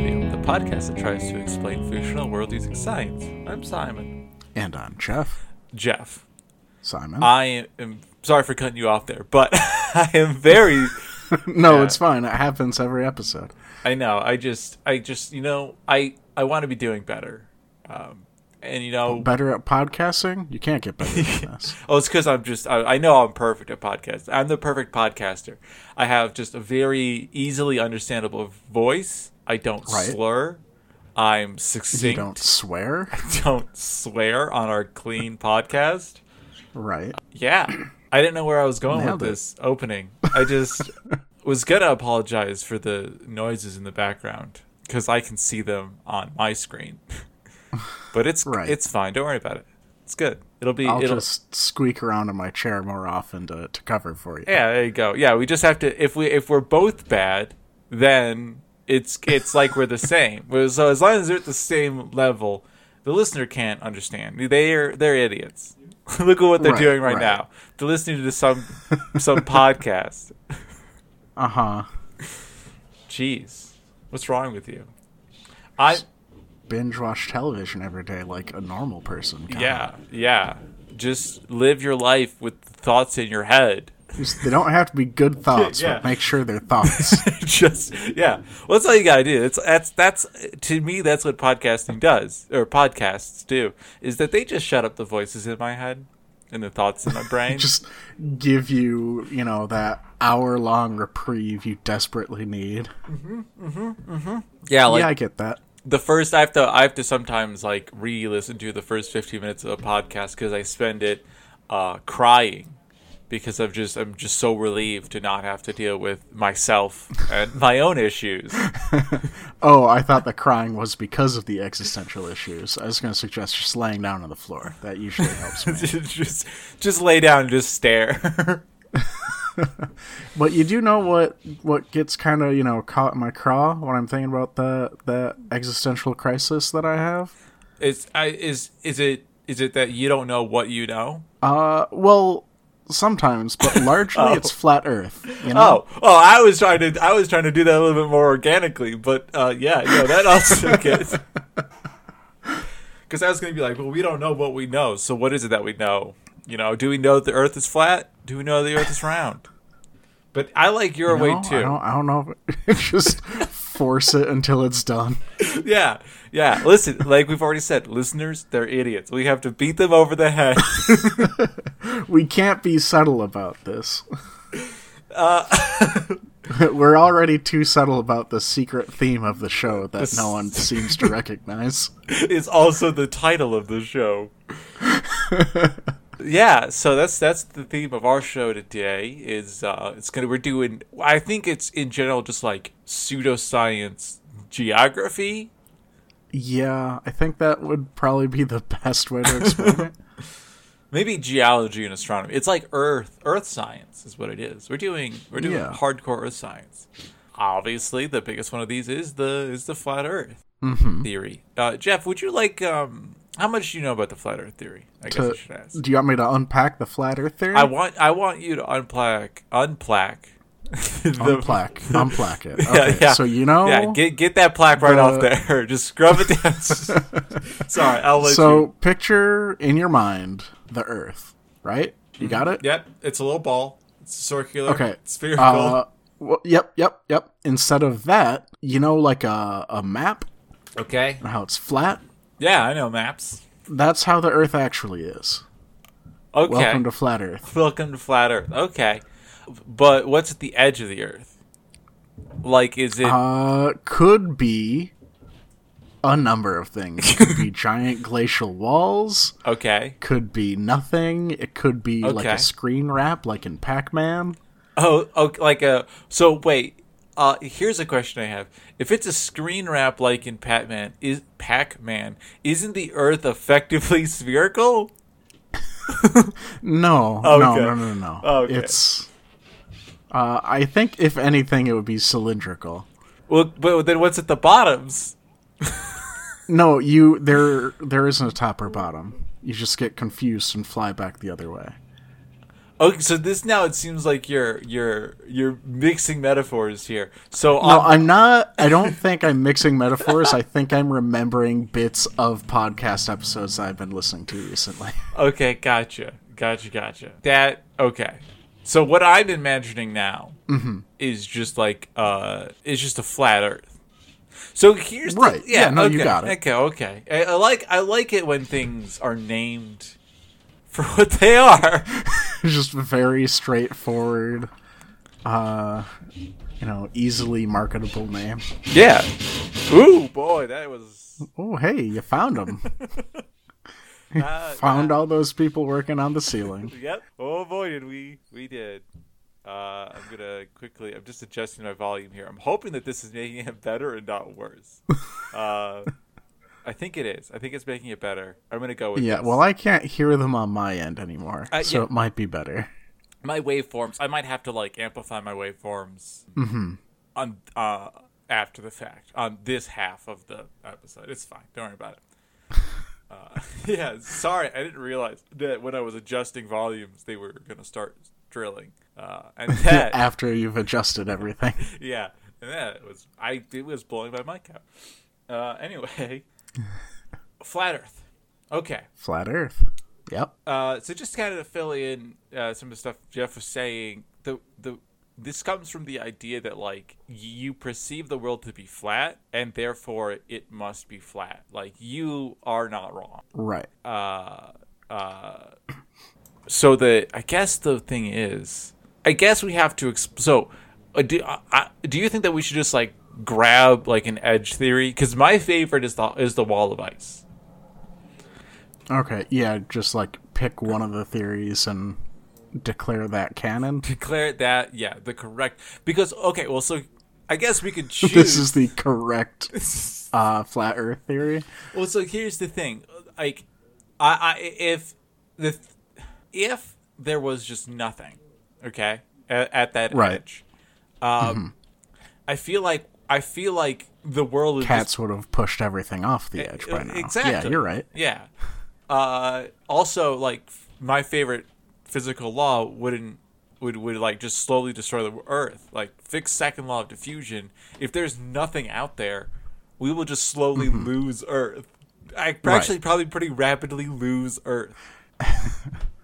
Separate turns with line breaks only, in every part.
podcast that tries to explain fictional world using science. I'm Simon.
And I'm Jeff.
Jeff,
Simon.
I am sorry for cutting you off there, but I am very.
no,
yeah.
it's fine. It happens every episode.
I know. I just, I just, you know, I, I want to be doing better. Um, and you know,
Better at podcasting? You can't get better than this.
Oh, it's because I'm just, I, I know I'm perfect at podcasts. I'm the perfect podcaster. I have just a very easily understandable voice. I don't
Right.
slur. I'm succinct.
You don't swear?
don't swear on our clean podcast.
Right.
Yeah. I didn't know where I was going
Nailed
with
it.
this opening. I just was going to apologize for the noises in the background because I can see them on my screen. but it's
Right.
it's fine. Don't worry about it. It's good. It'll be
I'll
it'll
just squeak around in my chair more often to, to cover for you.
Yeah, there you go. Yeah, we just have to if we if we're both bad, then it's it's like we're the same. Well, So as long as they're at the same level, the listener can't understand. They're they're idiots. Look at what they're
Right,
doing right,
right.
now. They're listening to some some podcast.
Uh huh.
Jeez, what's wrong with you? I
Binge watch television every day like a normal person. can.
yeah yeah. Just live your life with thoughts in your head.
Just- They don't have to be good thoughts,
Yeah.
but make sure they're thoughts.
just yeah well that's all you gotta do it's that's that's to me that's what podcasting does or podcasts do is that they just shut up the voices in my head and the thoughts in my brain
just give you, you know, that hour long reprieve you desperately need.
yeah like
yeah, I get that.
the first i have to i have to sometimes like re-listen to the first 15 minutes of a podcast because i spend it uh crying because i'm just i'm just so relieved to not have to deal with myself and my own issues
Oh, I thought the crying was because of the existential issues. I was going to suggest just laying down on the floor. That usually helps me.
just just lay down and just stare
but you do know what what gets kind of you know caught in my craw when I'm thinking about the the existential crisis that I have.
It's I is is it is it that you don't know what you know?
Uh, well, sometimes, but largely it's flat Earth. You know,
Oh, oh, I was trying to I was trying to do that a little bit more organically, but uh, yeah, yeah, that also gets. Because I was going to be like, well, we don't know what we know, so what is it that we know? You know, do we know the Earth is flat? Do we know the Earth is round? But I like your way
No,
too.
I don't, I don't know. If just force it until it's done.
Yeah, yeah. Listen, like we've already said, listeners, they're idiots. We have to beat them over the head.
We can't be subtle about this.
Uh,
We're already too subtle about the secret theme of the show that no one seems to recognize.
is also the title of the show. yeah, so that's that's the theme of our show today. Is uh, it's gonna we're doing. I think it's in general just like pseudoscience geography.
Yeah, I think that would probably be the best way to explain it.
Maybe geology and astronomy. It's like Earth, Earth science is what it is. We're doing we're doing
Yeah.
hardcore Earth science. Obviously, the biggest one of these is the is the flat Earth
Mm-hmm.
theory. Uh, Jeff, would you like um, how much do you know about the flat Earth theory? I guess I
To-
should ask.
do you want me to unpack the flat Earth theory?
I want I want you to unplack unplack the
unplack, unplack it. Okay,
Yeah, yeah.
so you know,
Yeah, get get that plaque right
the-
off there. Just scrub it down. Sorry, I'll let
so
you.
picture in your mind the Earth, right?
Mm-hmm.
You got it.
Yep, it's a little ball. It's circular.
Okay.
spherical.
Uh, well, yep, yep, yep. Instead of that, you know, like a a map,
okay.
how it's flat.
Yeah, I know maps.
That's how the Earth actually is.
Okay.
Welcome to flat Earth.
Welcome to flat Earth. Okay, but what's at the edge of the Earth? Like, is it?
Uh, could be a number of things. Could be giant glacial walls.
okay.
Could be nothing. It could be like
Okay.
a screen wrap, like in Pac-Man.
Oh, oh, like a. So wait. Uh, here's a question I have: If it's a screen wrap like in Pac-Man, is Pac-Man isn't the Earth effectively spherical?
No, no,
Okay.
no, no, no.
Okay.
It's. Uh, I think if anything, it would be cylindrical.
Well, but then what's at the bottoms?
No, you there. There isn't a top or bottom. You just get confused and fly back the other way.
Okay, so this now it seems like you're you're you're mixing metaphors here. So
No,
on,
I'm not. I don't think I'm mixing metaphors. I think I'm remembering bits of podcast episodes that I've been listening to recently.
okay, gotcha, gotcha, gotcha. That okay. So what I've been imagining now
Mm-hmm.
is just like uh, is just a flat Earth. So here's the-
Right, yeah, no,
okay,
you got it.
Okay, okay. I, I like I like it when things are named for what they are.
Just very straightforward, uh, you know, easily marketable name.
Yeah. Ooh boy, that was
Oh, hey, you found him.
uh,
found all those people working on the ceiling.
Yep. Oh boy, did we we did. Uh, I'm gonna quickly. I'm just adjusting my volume here. I'm hoping that this is making it better and not worse. Uh, I think it is. I think it's making it better. I'm gonna go with
Yeah,
this.
well, I can't hear them on my end anymore,
Uh,
so
yeah.
it might be better.
my waveforms. I might have to like amplify my waveforms
Mm-hmm.
on uh, after the fact on this half of the episode. It's fine. Don't worry about it. Uh, yeah, sorry, I didn't realize that when I was adjusting volumes, they were gonna start drilling. Uh, and that
After you've adjusted everything.
yeah, and that was I. It was blowing my mic out. Uh, anyway, flat Earth. Okay,
Flat Earth. Yep.
uh, so just kind of to fill in uh, some of the stuff Jeff was saying. The the this comes from the idea that like you perceive the world to be flat, and therefore it must be flat. Like you are not wrong.
Right.
so the I guess the thing is, I guess we have to. Exp- so, uh, do I, I- do you think that we should just like grab like an edge theory? Because my favorite is the is the wall of ice.
Okay. Yeah, just like pick one of the theories and declare that canon.
Declare that yeah the correct because okay well so I guess we could choose.
This is the correct uh, flat Earth theory.
Well, so here's the thing, like, I, I if the if there was just nothing, okay, at, at that
Right. Mm-hmm.
edge, um, I feel like I feel like the world is
Cats would have pushed everything off the edge by now.
E, Exactly.
Yeah, you're right.
Yeah. Uh, also, like f- my favorite physical law wouldn't would would like just slowly destroy the Earth. Like fix second law of diffusion. If there's nothing out there, we will just slowly
Mm-hmm.
lose Earth. I actually probably pretty rapidly lose Earth,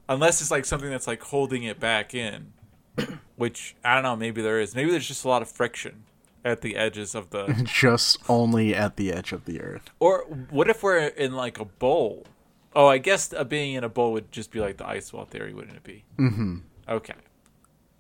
unless it's like something that's like holding it back in. Which I don't know. Maybe there is. Maybe there's just a lot of friction at the edges of the
Just only at the edge of the Earth.
or what if we're in like a bowl? Oh, I guess uh, being in a bowl would just be like the ice wall theory, wouldn't it be? Mm-hmm. Okay.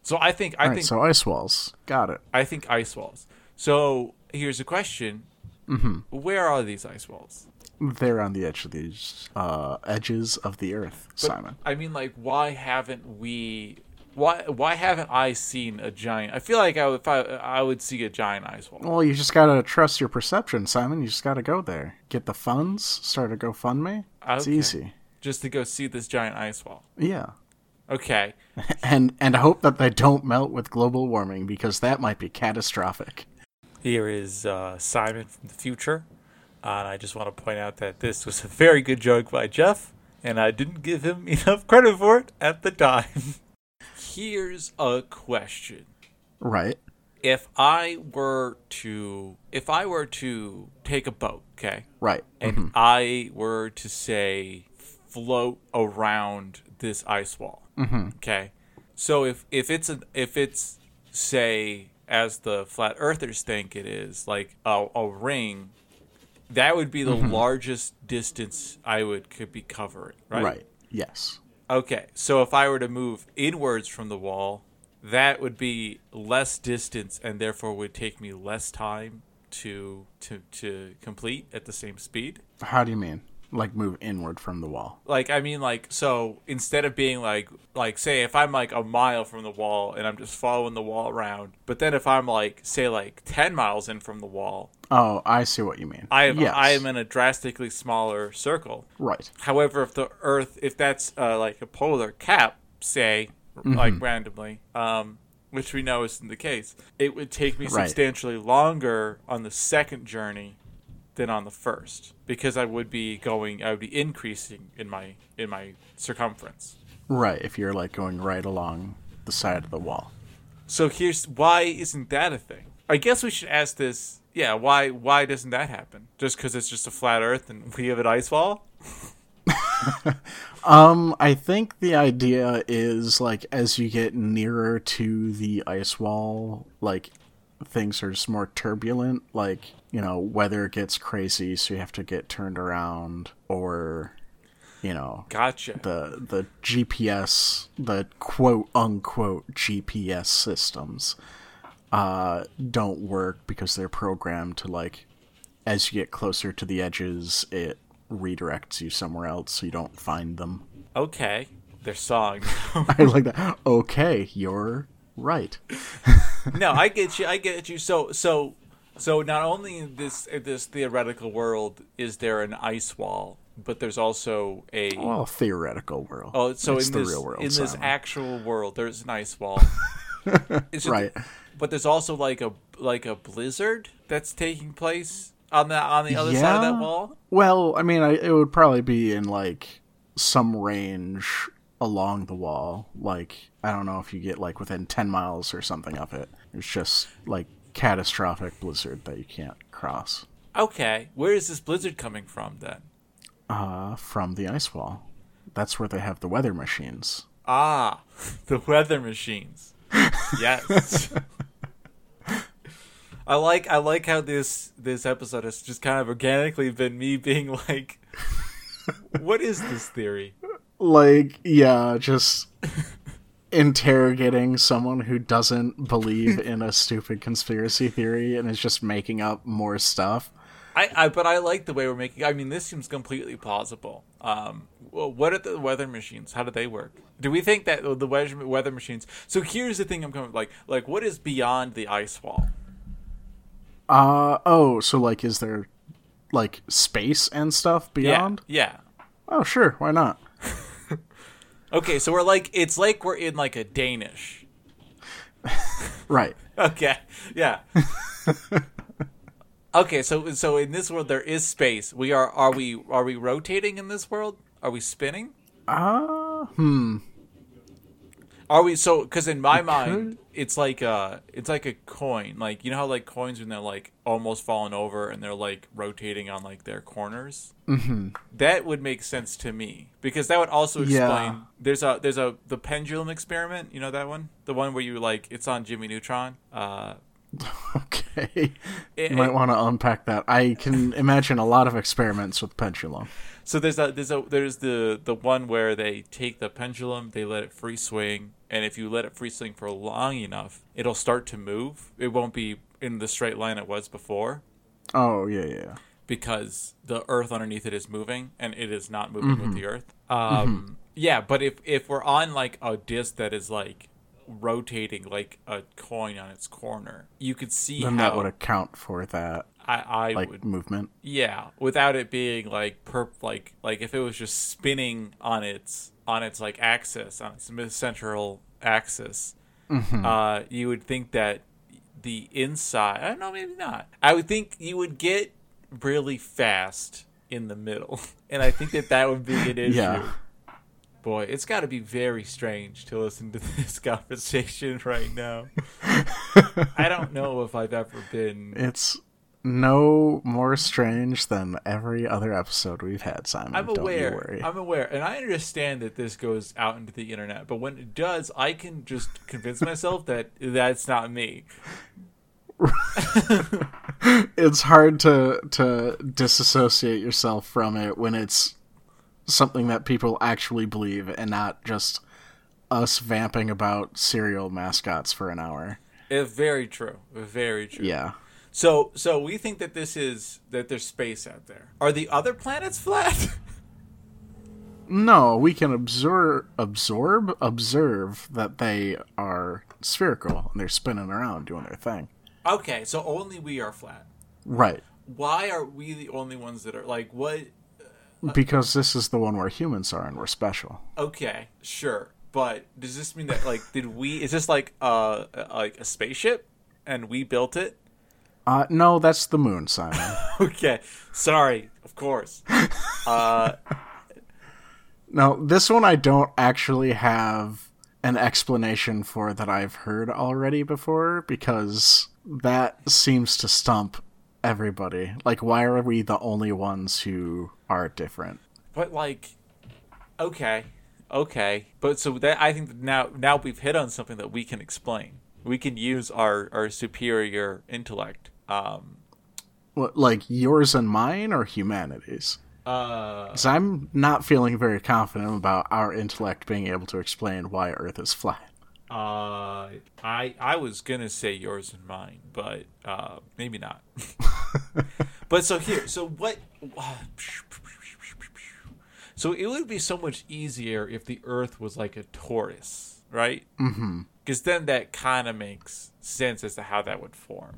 So I think I
All right,
think
so ice walls. Got it.
I think ice walls. So here's a question: mm-hmm. Where are these ice walls?
They're on the edge of these uh, edges of the Earth, Simon.
I mean, like, why haven't we? Why why haven't I seen a giant? I feel like I would if I, I would see a giant ice wall.
Well, you just gotta trust your perception, Simon. You just gotta go there. Get the funds. Start a GoFundMe. It's
Okay.
easy.
just to go see this giant ice wall.
Yeah.
Okay.
And and hope that they don't melt with global warming because that might be catastrophic.
Here is uh, Simon from the future. Uh, and I just want to point out that this was a very good joke by Jeff, and I didn't give him enough credit for it at the time. Here's a question.
Right.
If I were to if I were to take a boat, okay?
Right.
And I were to say float around this ice wall. Okay. So if if it's an if it's say as the flat earthers think it is like a, a ring, that would be the largest distance I would could be covering, right?
right. Yes.
Okay. So if I were to move inwards from the wall, that would be less distance and therefore would take me less time to to to complete at the same speed.
How do you mean? Like move inward from the wall.
like i mean like so instead of being like like say if i'm like a mile from the wall and i'm just following the wall around but then if i'm like say like 10 miles in from the wall
Oh, I see what you mean.
i am
Yes.
i am in a drastically smaller circle
right.
however if the earth if that's uh, like a polar cap say like randomly um which we know isn't the case it would take me
Right.
substantially longer on the second journey than on the first because i would be going i would be increasing in my in my circumference
Right, if you're like going right along the side of the wall.
So here's why isn't that a thing? I guess we should ask this. Yeah, why why doesn't that happen? Just because it's just a flat Earth and we have an ice wall?
Um, I think the idea is like as you get nearer to the ice wall, like things are just more turbulent. Like you know, weather gets crazy, so you have to get turned around, or you know,
Gotcha.
the the GPS, the quote unquote GPS systems, uh, don't work because they're programmed to like, as you get closer to the edges, it redirects you somewhere else so you don't find them.
okay, their song.
I like that. Okay, you're right.
no, I get you. I get you. So so so not only in this in this theoretical world is there an ice wall, but there's also a
Oh, Well, theoretical world.
oh so
It's
in
the
this
real world.
in this
Simon.
actual world there's an ice wall. It's just-
right.
But there's also like a like a blizzard that's taking place on the on the other side of that
Yeah.
wall.
Well, I mean, I, it would probably be in like some range along the wall. Like, I don't know if you get like within 10 miles or something of it. It's just like catastrophic blizzard that you can't cross
Okay, where is this blizzard coming from then?
uh, from the ice wall. That's where they have the weather machines.
Ah, the weather machines. Yes. I like I like how this this episode has just kind of organically been me being like what is this theory?
Like, yeah, just interrogating someone who doesn't believe in a stupid conspiracy theory and is just making up more stuff.
I, I but I like the way we're making I mean this seems completely plausible. Um well, what are the weather machines? How do they work? Do we think that the weather weather machines So here's the thing I'm coming like like what is beyond the ice wall?
Uh oh, so like is there like space and stuff
Yeah.
beyond?
Yeah.
Oh sure, why not?
Okay, so we're like it's like we're in like a Danish
Right.
okay. Yeah. okay, so so in this world there is space. We are are we are we rotating in this world? Are we spinning?
Uh hmm.
Are we so cuz in my mind it's like a it's like a coin. Like you know how like coins when they're like almost falling over and they're like rotating on like their corners? Mhm. That would make sense to me because that would also explain
Mm-hmm. Yeah.
there's a there's a the pendulum experiment, you know that one? The one where you like it's on Jimmy Neutron. Uh
Okay.
it-
you might want to unpack that. I can imagine a lot of experiments with pendulum.
So there's a there's a there's the the one where they take the pendulum, they let it free swing, and if you let it free swing for long enough, it'll start to move. It won't be in the straight line it was before
Oh yeah, yeah. yeah.
because the earth underneath it is moving and it is not moving
Mm-hmm.
with the earth. Um yeah, but if if we're on like a disc that is like rotating like a coin on its corner, you could see
Then that
how
would account for that
I I
like
would
movement.
yeah, without it being like perp like like if it was just spinning on its on its like axis on its mid- central axis, uh, you would think that the inside. I don't know, maybe not. I would think you would get really fast in the middle, and I think that that would be an issue.
Yeah.
Boy, it's got to be very strange to listen to this conversation right now. I don't know if I've ever been
It's no more strange than every other episode we've had, Simon.
I'm
Don't you
aware.
worry.
I'm aware, and I understand that this goes out into the internet. But when it does, I can just convince myself that that's not me.
it's hard to to disassociate yourself from it when it's something that people actually believe and not just us vamping about cereal mascots for an hour.
It's Eh, very true. Very true.
Yeah.
So, so we think that this is that there's space out there. Are the other planets flat?
No, we can observe absorb observe that they are spherical and they're spinning around doing their thing.
okay, so only we are flat.
Right.
Why are we the only ones that are like what? Uh,
Because this is the one where humans are and we're special.
Okay, sure, but does this mean that like did we? Is this like uh like a spaceship, and we built it?
Uh no, that's the moon, Simon.
Okay, sorry. Of course. Uh,
No, this one I don't actually have an explanation for that I've heard already before because that seems to stump everybody. Like, why are we the only ones who are different?
But like, okay, okay. But so that I think that now now we've hit on something that we can explain. We can use our our superior intellect. Um,
What, like yours and mine or humanity's?
uh,
Because I'm not feeling very confident about our intellect being able to explain why Earth is flat.
uh, I I was gonna say yours and mine, but uh, maybe not. but so here, so what? So it would be so much easier if the Earth was like a torus, right?
Mm-hmm.
Because then that kind of makes sense as to how that would form.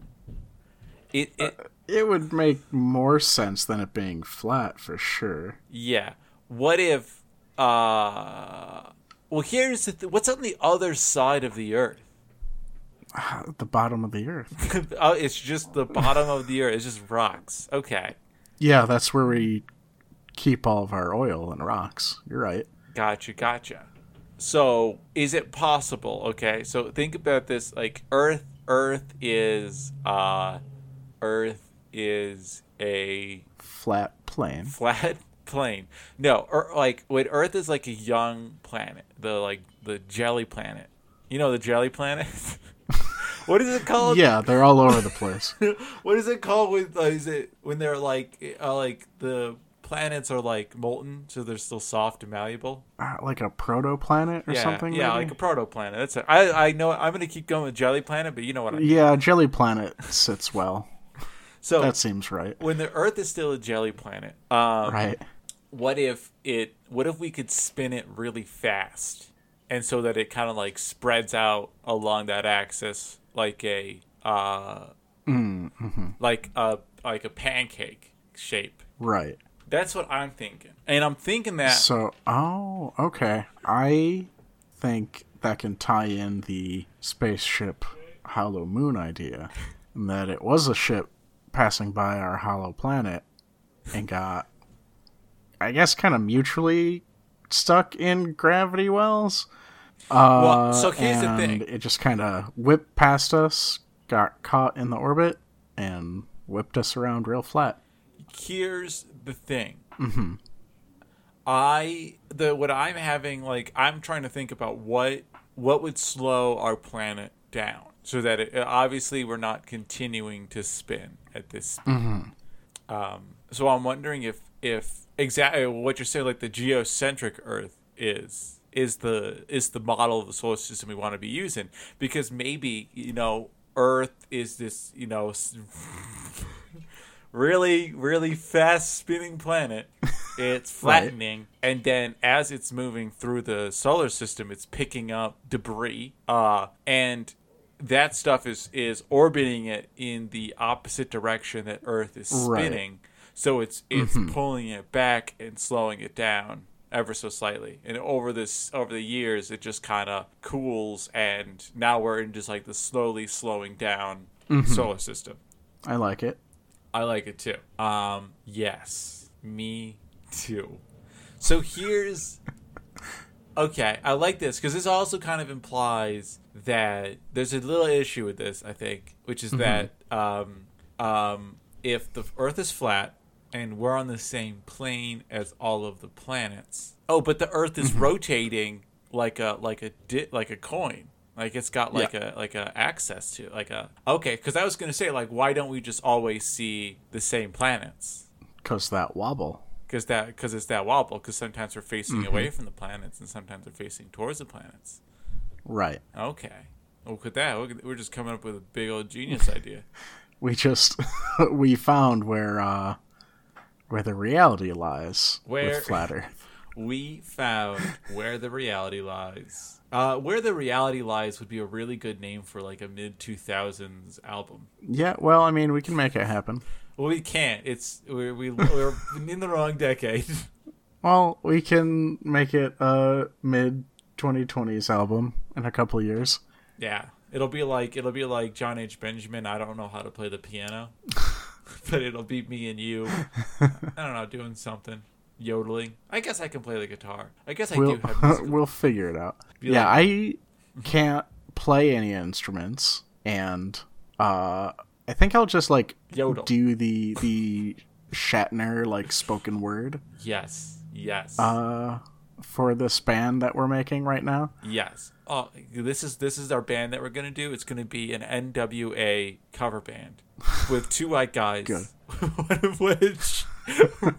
It, it
It would make more sense than it being flat for sure.
Yeah. What if? uh Well, here's the th- what's on the other side of the Earth.
Uh, The bottom of the Earth.
oh, it's just the bottom of the Earth. It's just rocks. Okay,
Yeah, that's where we keep all of our oil and rocks. You're right.
gotcha, gotcha. So, is it possible? Okay, so think about this. Like Earth, Earth is, uh Earth is a
Flat plane.
flat plane. No, or like when Earth is like a young planet, the like the jelly planet. You know the jelly planet. what is it called?
Yeah, they're all over the place.
what is it called with uh, is it when they're like uh, like the planets are like molten, so they're still soft and malleable?
Uh, like a protoplanet or
yeah,
something?
yeah,
maybe?
like a protoplanet. That's it. I I know I'm gonna keep going with jelly planet, but you know what? I mean.
yeah, jelly planet sits well.
So
That seems right.
when the Earth is still a jelly planet, um,
Right.
what if it what if we could spin it really fast and so that it kind of like spreads out along that axis like a uh
Mm, mm-hmm.
like a like a pancake shape
Right.
that's what i'm thinking and i'm thinking that
So, oh, okay. I think that can tie in the spaceship Hollow Moon idea, and that it was a ship passing by our hollow planet and got, I guess, kind of mutually stuck in gravity wells. Uh,
Well, so here's the
and
thing.
It just kind of whipped past us, got caught in the orbit, and whipped us around real flat.
here's the thing i the what i'm having like i'm trying to think about what what would slow our planet down so that it, obviously we're not continuing to spin at this speed um, so i'm wondering if if exactly what you're saying like the geocentric earth is is the is the model of the solar system we want to be using because maybe you know earth is this you know s- really, really fast spinning planet. It's flattening, and then as it's moving through the solar system, it's picking up debris, uh, and that stuff is is orbiting it in the opposite direction that Earth is
Right.
spinning. So it's it's pulling it back and slowing it down ever so slightly. And over this over the years, it just kind of cools, and now we're in just like the slowly slowing down solar system.
I like it.
I like it too. Um, yes, me too. So here's okay. I like this because this also kind of implies that there's a little issue with this. I think, which is that um, um, if the Earth is flat and we're on the same plane as all of the planets, oh, but the Earth is rotating like a like a di- like a coin. Like it's got like a like a access to like a okay because I was gonna say like why don't we just always see the same planets
Because that wobble.
because that because it's that wobble because sometimes we're facing away from the planets and sometimes we're facing towards the planets.
Right.
Okay, look at that. Look at, we're just coming up with a big old genius idea.
we just we found where uh where the reality lies
Where-
with flat earth
We found where the reality lies. Uh, where the reality lies would be a really good name for like a mid two thousands album.
yeah well i mean we can make it happen
Well, we can't. It's we we we're in the wrong decade.
well we can make it a mid 2020s album in a couple years
Yeah, it'll be like it'll be like John H. Benjamin. I don't know how to play the piano, but it'll be me and you. I don't know, doing something. yodeling. I guess I can play the guitar. I guess I
We'll,
do have musical.
we'll figure it out.
Be
yeah, I can't play any instruments, and uh, I think I'll just like
Yodel.
do the the Shatner like spoken word
yes. Yes.
uh, for this band that we're making right now.
Yes. Oh, this is this is our band that we're gonna do. It's gonna be an NWA cover band with two white guys.
Good.
One of which,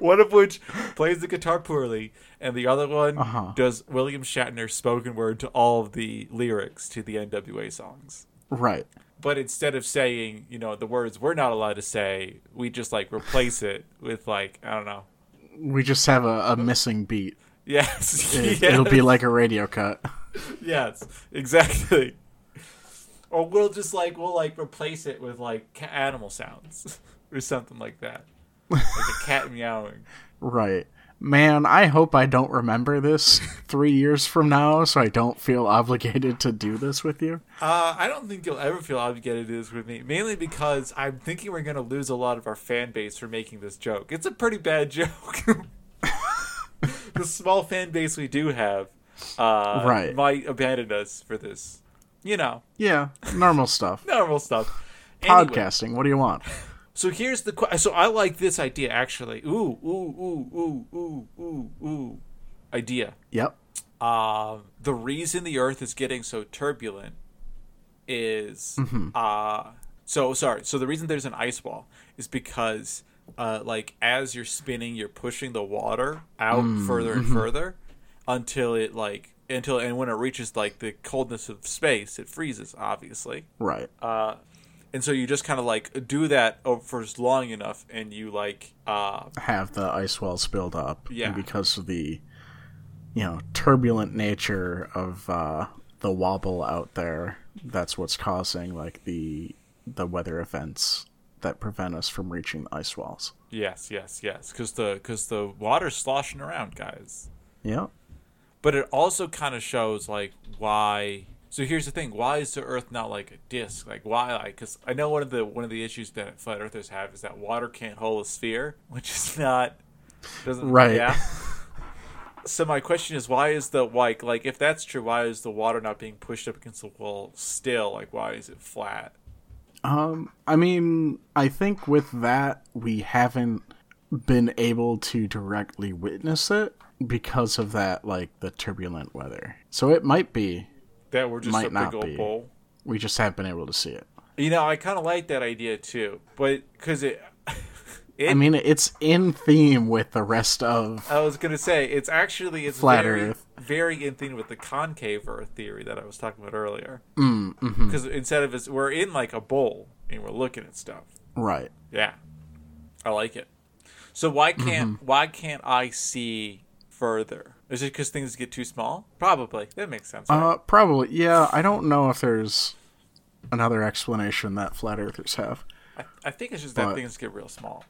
one of which plays the guitar poorly, and the other one
Uh-huh.
does William Shatner spoken word to all of the lyrics to the NWA songs.
Right.
But instead of saying, you know, the words we're not allowed to say, we just like replace it with like I don't know.
We just have a, a missing beat.
Yes.
It,
yes.
It'll be like a radio cut.
Yes, exactly. Or we'll just like we'll like replace it with like ca- animal sounds or something like that, like a cat meowing.
Right. Man, I hope I don't remember this three years from now, so I don't feel obligated to do this with you.
Uh, I don't think you'll ever feel obligated to do this with me, mainly because I'm thinking we're gonna lose a lot of our fan base for making this joke. It's a pretty bad joke. the small fan base we do have, uh,
Right.
might abandon us for this. You know,
Yeah, normal stuff.
normal stuff. Anyway.
Podcasting, what do you want?
So here's the question. So I like this idea actually. Ooh, ooh, ooh, ooh, ooh, ooh, ooh. Idea.
Yep.
Um, the reason the Earth is getting so turbulent is uh so sorry. So the reason there's an ice wall is because uh like as you're spinning, you're pushing the water out further and further until it like until and when it reaches like the coldness of space, it freezes obviously
Right.
and so you just kind of like do that o- for as long enough and you like uh
have the ice walls build up.
Yeah.
And because of the, you know, turbulent nature of uh, the wobble out there, that's what's causing, like, the the weather events that prevent us from reaching the ice walls.
yes yes yes because the because the water's sloshing around guys
Yep.
but it also kind of shows like why so here's the thing why is the earth not like a disc like why like because i know one of the one of the issues that flat earthers have is that water can't hold a sphere which is not doesn't
Right.
yeah so my question is why is the like like if that's true why is the water not being pushed up against the wall still like why is it flat
Um, I mean, I think with that we haven't been able to directly witness it because of that, like the turbulent weather. So it might be
that were just
Might
a big
not
old
be.
bowl.
we just haven't been able to see it.
You know, I kind of like that idea too, but because it, it,
I
I,
mean, it's in theme with the rest of
was gonna say it's actually it's
Flat
very,
Earth.
very in thing with the concave Earth theory that I was talking about earlier.
Mm, mm-hmm.
Because instead of it's, we're in like a bowl and we're looking at stuff.
right.
Yeah, I like it. So why can't
Mm-hmm.
why can't I see further? Is it because things get too small? Probably that makes sense. right?
Uh, probably. Yeah, I don't know if there's another explanation that flat earthers have.
I, I think it's just that
But-
things get real small.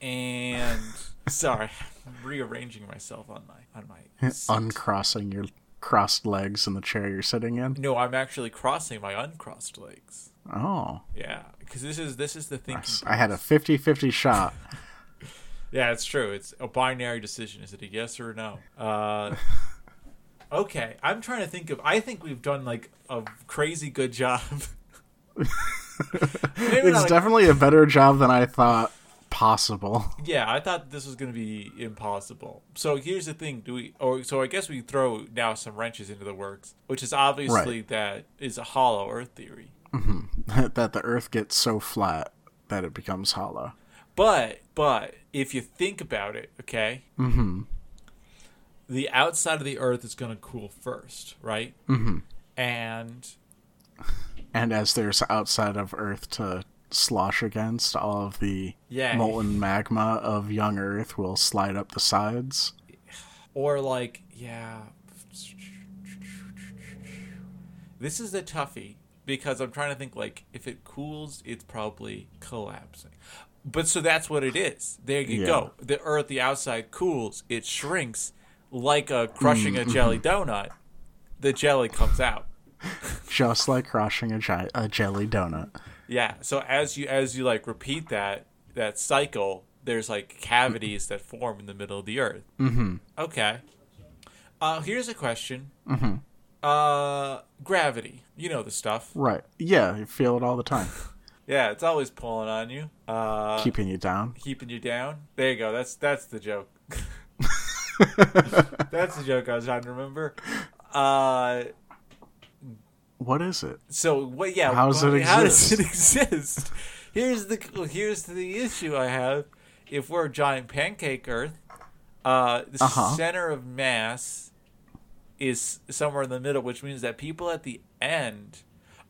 Mm-hmm. And sorry, I'm rearranging myself on my on my.
Uncrossing your crossed legs in the chair you're sitting in.
No, I'm actually crossing my uncrossed legs.
Oh,
Yeah, because this is this is the thing.
I had a 50-50 shot.
Yeah, it's true. It's a binary decision. Is it a yes or a no? Uh, okay, I'm trying to think of. I think we've done like a crazy good job. Maybe
It's
not a
definitely a better job than I thought possible.
Yeah, I thought this was going to be impossible. So here's the thing: do we? Or so I guess we throw now some wrenches into the works, which is obviously that is a hollow Earth theory.
that the Earth gets so flat that it becomes hollow.
But but if you think about it, okay, mm-hmm. the outside of the Earth is going to cool first, right? Mm-hmm. And
And as there's outside of Earth to slosh against, all of the
Yeah.
molten magma of young Earth will slide up the sides.
or like yeah this is a toughie because i'm trying to think like if it cools it's probably collapsing but so that's what it is there you
Yeah.
go the earth the outside cools it shrinks like a crushing a jelly donut the jelly comes out
just like crushing a, gi- a jelly donut.
yeah so as you as you like repeat that that cycle, there's like cavities that form in the middle of the Earth. Mm-hmm. Okay. Uh, here's a question. Mm-hmm. Uh, gravity. You know the stuff.
Right. Yeah, you feel it all the time,
Yeah, it's always pulling on you. Uh,
keeping you down.
keeping you down. There you go. That's that's the joke. that's the joke I was trying to remember. Uh,
What is it?
so what? Yeah.
How does
well,
it
how does it exist? Here's the here's the issue I have. If we're a giant pancake Earth, uh, the
Uh-huh.
center of mass is somewhere in the middle, which means that people at the end.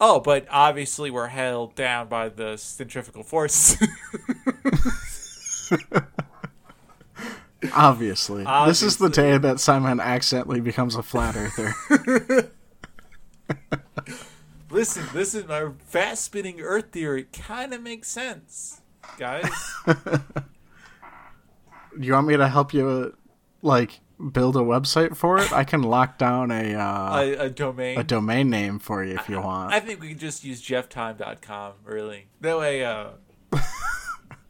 Oh, but obviously we're held down by the centrifugal force.
Obviously. This is the day that Simon accidentally becomes a flat earther.
Listen, listen, my fast spinning Earth theory kind of makes sense, guys.
you want me to help you, uh, like, build a website for it? I can lock down a, uh,
a, a domain.
a domain name for you if you want.
I think we could just use jefftime.com, really. That way, uh,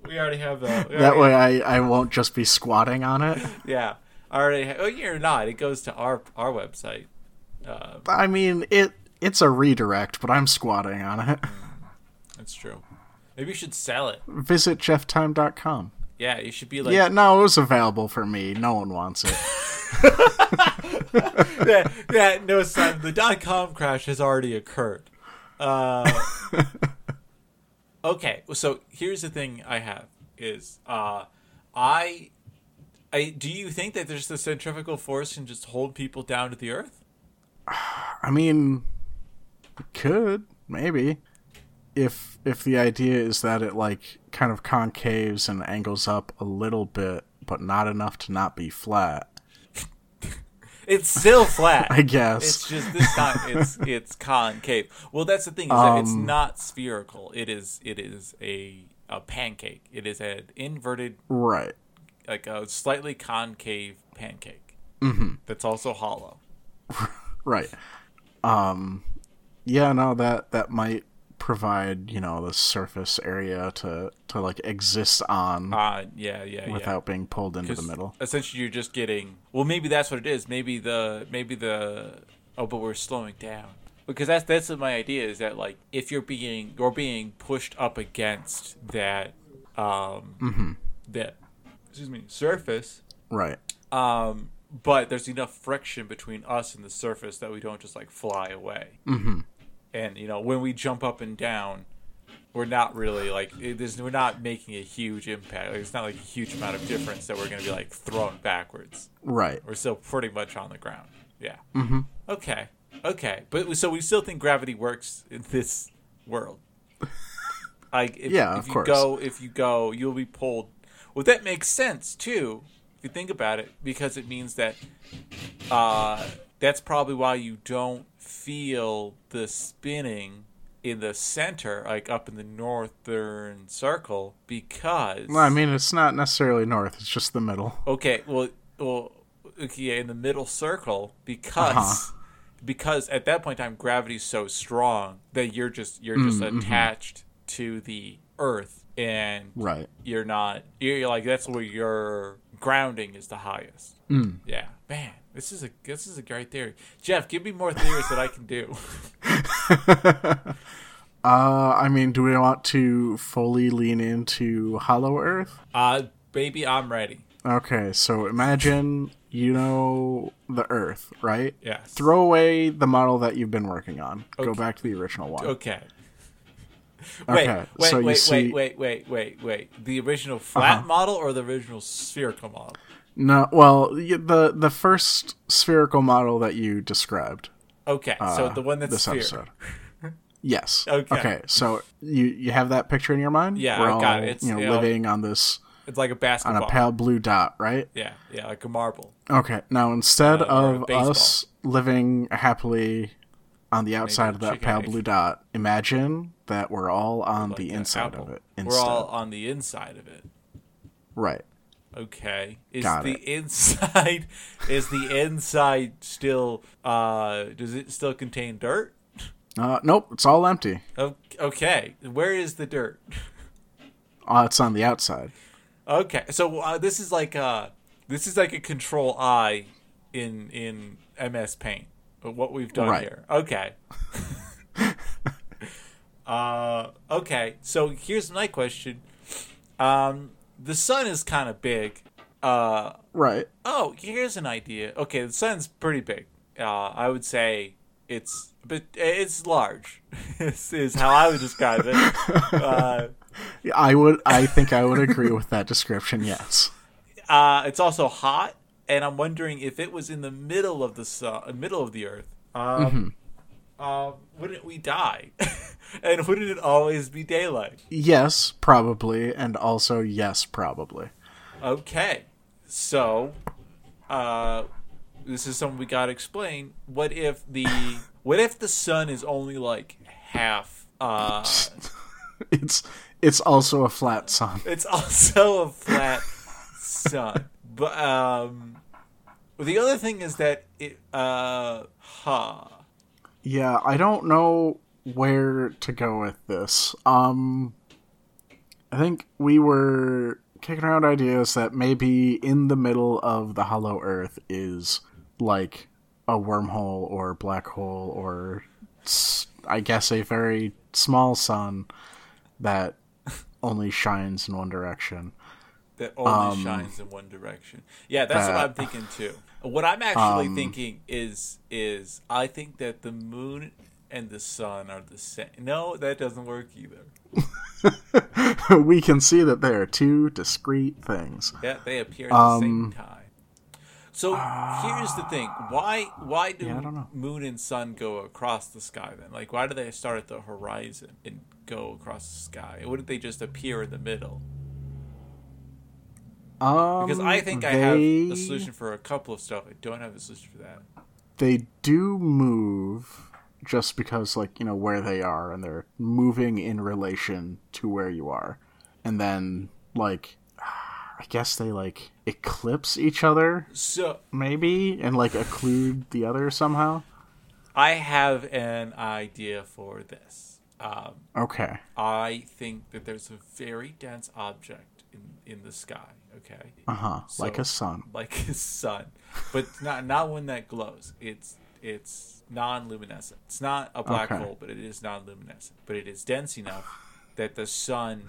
we already have the. we
that
already-
way I, I won't just be squatting on it.
Yeah. Already ha- oh, you're not. It goes to our our website. Uh,
I mean, it it's a redirect, but I'm squatting on it.
that's true. Maybe you should sell it.
Visit jefftime.com.
Yeah, you should be like.
Yeah, no, it was available for me. No one wants it.
yeah, yeah, no, Simon. The dot com crash has already occurred. Uh, okay, so here's the thing I have is uh, I, I do you think that there's the centrifugal force can just hold people down to the earth?
I mean, it could maybe if if the idea is that it like kind of concaves and angles up a little bit, but not enough to not be flat.
It's still flat.
I guess.
It's just this time it's it's concave. Well, that's the thing is that it's not spherical. It is it is a a pancake. It is an inverted
right.
like a slightly concave pancake that's also hollow.
Right. Um yeah, no, that that might provide, you know, the surface area to to like exist on
Uh, yeah, yeah,
without being pulled into the
yeah.
middle.
Essentially, you're just getting. Well, maybe that's what it is. Maybe the maybe the. Oh, but we're slowing down because that's that's my idea is that like if you're being you're being pushed up against that um
Mm-hmm.
that excuse me surface
Right.
um but there's enough friction between us and the surface that we don't just like fly away mm-hmm. and you know when we jump up and down we're not really like it, there's, we're not making a huge impact like, it's not like a huge amount of difference that we're going to be like thrown backwards
Right.
we're still pretty much on the ground yeah mm-hmm. okay okay but so we still think gravity works in this world like if,
Yeah,
if
of
you
course.
go if you go you'll be pulled well that makes sense too if you think about it because it means that uh that's probably why you don't feel the spinning in the center like up in the northern circle because
Well, I mean, it's not necessarily north, it's just the middle.
Okay, well, well, okay, yeah, in the middle circle because because at that point in time gravity's so strong that you're just you're just attached to the earth and
Right.
you're not you're like that's where your grounding is the highest. Yeah, man, this is a this is a great theory. Jeff, give me more theories that I can do.
Uh, I mean, do we want to fully lean into Hollow Earth?
Uh, baby, I'm ready.
Okay, so imagine you know the Earth, right?
Yes.
Throw away the model that you've been working on. Go
Okay.
back to the original one.
Okay.
Okay,
Wait, wait,
so you
wait,
see- Uh-huh.
wait, wait, wait, wait, wait. The original flat model or the original spherical model?
No, well, y- the the first spherical model that you described.
Okay, so
uh,
the one that's
this
sphere.
episode. Yes.
Okay.
So you you have that picture in your mind?
Yeah,
We're
I got
all,
it. It's, um,
you know,
you know,
living on this
It's like a
on
basketball.
a pale blue dot, right?
yeah, yeah, like a marble.
Okay. Now instead
Uh, or a
of
baseball.
us living happily on the outside of that
chicken
pale
egg.
blue dot, imagine that we're all on the
like an
inside of
apple.
it.
We're
Instead.
all on the inside of it.
Right.
Okay. Is
Got
the
it.
inside is the inside still uh does it still contain dirt?
Uh, nope, it's all empty.
O- Okay. Where is the dirt?
Uh, it's on the outside.
Okay, so uh, this is like uh this is like a control I in in MS Paint. uh, What we've done
Right.
here. Okay. uh okay. So here's my question. Um the sun is kind of big. Uh
Right.
oh, here's an idea. Okay, the sun's pretty big. Uh I would say it's but it's large. is, is how I would describe it. Uh
I would. I think I would agree with that description. Yes.
Uh, it's also hot, and I'm wondering if it was in the middle of the sun, middle of the Earth, um, uh, wouldn't we die? and wouldn't it always be daylight?
Yes, probably, and also yes, probably.
Okay, so uh, this is something we gotta explain. What if the what if the sun is only like half? Uh,
It's it's also a flat sum.
It's also a flat sun. But um, the other thing is that it uh, huh.
Yeah, I don't know where to go with this. Um I think we were kicking around ideas that maybe in the middle of the hollow earth is like a wormhole or black hole or s- I guess a very small sun that only shines in one direction.
that only shines in one direction. Yeah, that's what
Um, that- um,
I'm thinking too. What I'm actually thinking is is I think that the moon and the sun are the same. No, that doesn't work either.
we can see that they are two discrete things.
Yeah, they appear at the
Um,
same time. So here's the thing: why why do
uh, I don't know.
moon and sun go across the sky then? Like, why do they start at the horizon and go across the sky? Wouldn't they just appear in the middle?
Um,
Because I think I have
they-
a solution for a couple of stuff. I don't have a solution for that.
they do move just because like you know where they are and they're moving in relation to where you are and then like i guess they like eclipse each other
So
maybe and like occlude the other somehow
I have an idea for this. Um,
okay
I think that there's a very dense object in, in the sky. Okay.
uh-huh like
So-
a sun
Like a sun, but not not one that glows. It's it's non-luminescent. It's not a black
Okay.
hole, but it is non-luminescent. But it is dense enough that the sun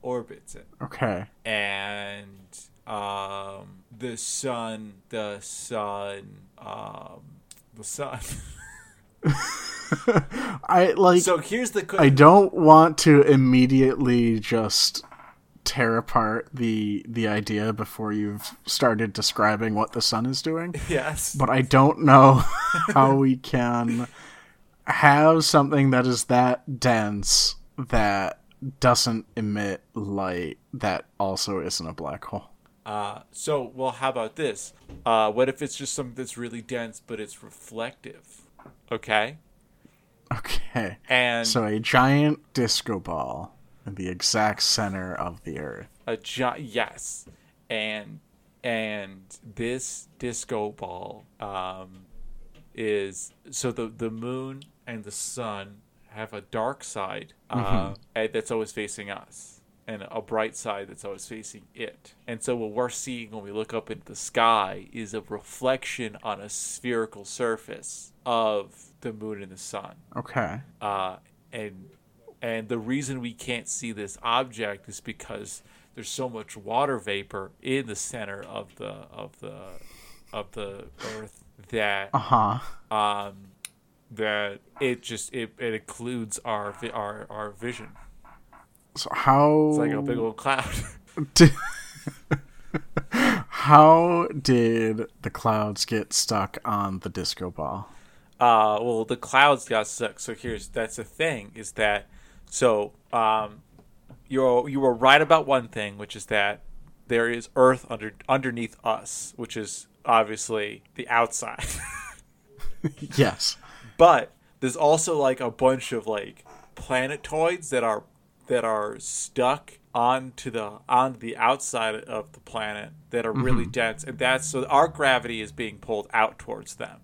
orbits it,
okay
and um, the sun, the sun, um, the sun.
i like
so here's the
i
question.
don't want to immediately just tear apart the the idea before you've started describing what the sun is doing
yes.
but I don't know how we can have something that is that dense that doesn't emit light that also isn't a black hole.
Uh, so, well, how about this? Uh, what if it's just something that's really dense, but it's reflective? Okay.
Okay.
And
So a giant disco ball in the exact center of the earth.
a giant yes, and and this disco ball um, is so the the moon and the sun have a dark side uh, and that's always facing us. And a bright side that's always facing it. And so, what we're seeing when we look up into the sky is a reflection on a spherical surface of the moon and the sun
Okay.
uh, and and the reason we can't see this object is because there's so much water vapor in the center of the of the of the earth that
Uh-huh.
um that it just it, it occludes our vi- our our vision.
So how
It's like a big old cloud.
how did the clouds get stuck on the disco ball?
uh well the clouds got stuck so here's that's the thing is that so um you're you were right about one thing which is that there is earth under underneath us which is obviously the outside
Yes.
but there's also like a bunch of like planetoids that are that are stuck onto the on the outside of the planet that are
Mm-hmm.
really dense and that's so our gravity is being pulled out towards them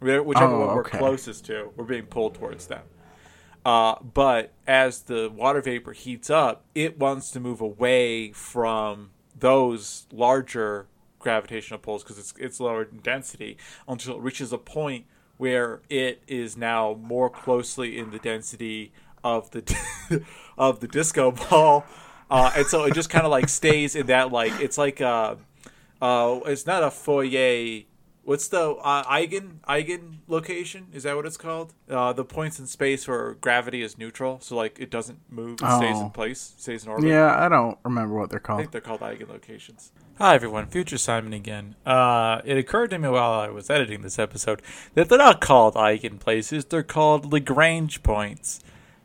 Wh- whichever
Oh,
one we're
okay.
closest to we're being pulled towards them Uh, but as the water vapor heats up, it wants to move away from those larger gravitational pulls because it's it's lower in density until it reaches a point where it is now more closely in the density of the of the disco ball, uh, and so it just kind of like stays in that like it's like uh, uh, it's not a foyer. What's the uh, eigen eigen location? Is that what it's called? Uh, the points in space where gravity is neutral, so like it doesn't move, it stays
Oh.
in place, stays in orbit.
Yeah, I don't remember what they're
I
called.
think they're called eigen locations.
Hi everyone, future Simon again. Uh, it occurred to me while I was editing this episode that they're not called eigenplaces; they're called Lagrange points.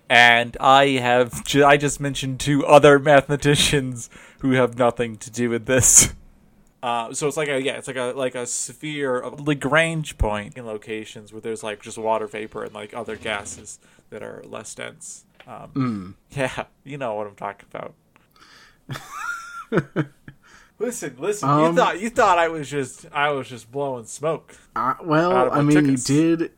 And I have ju- I just mentioned two other mathematicians who have nothing to do with this.
Uh, so it's like a yeah, it's like a like a sphere of
Lagrange point.
in locations where there's like just water vapor and like other gases that are less dense. Um,
Mm.
Yeah, you know what I'm talking about. listen, listen. you
Um,
thought you thought I was just I was just blowing smoke.
Uh,
Out
well,
of
I
my
mean,
tickets.
you did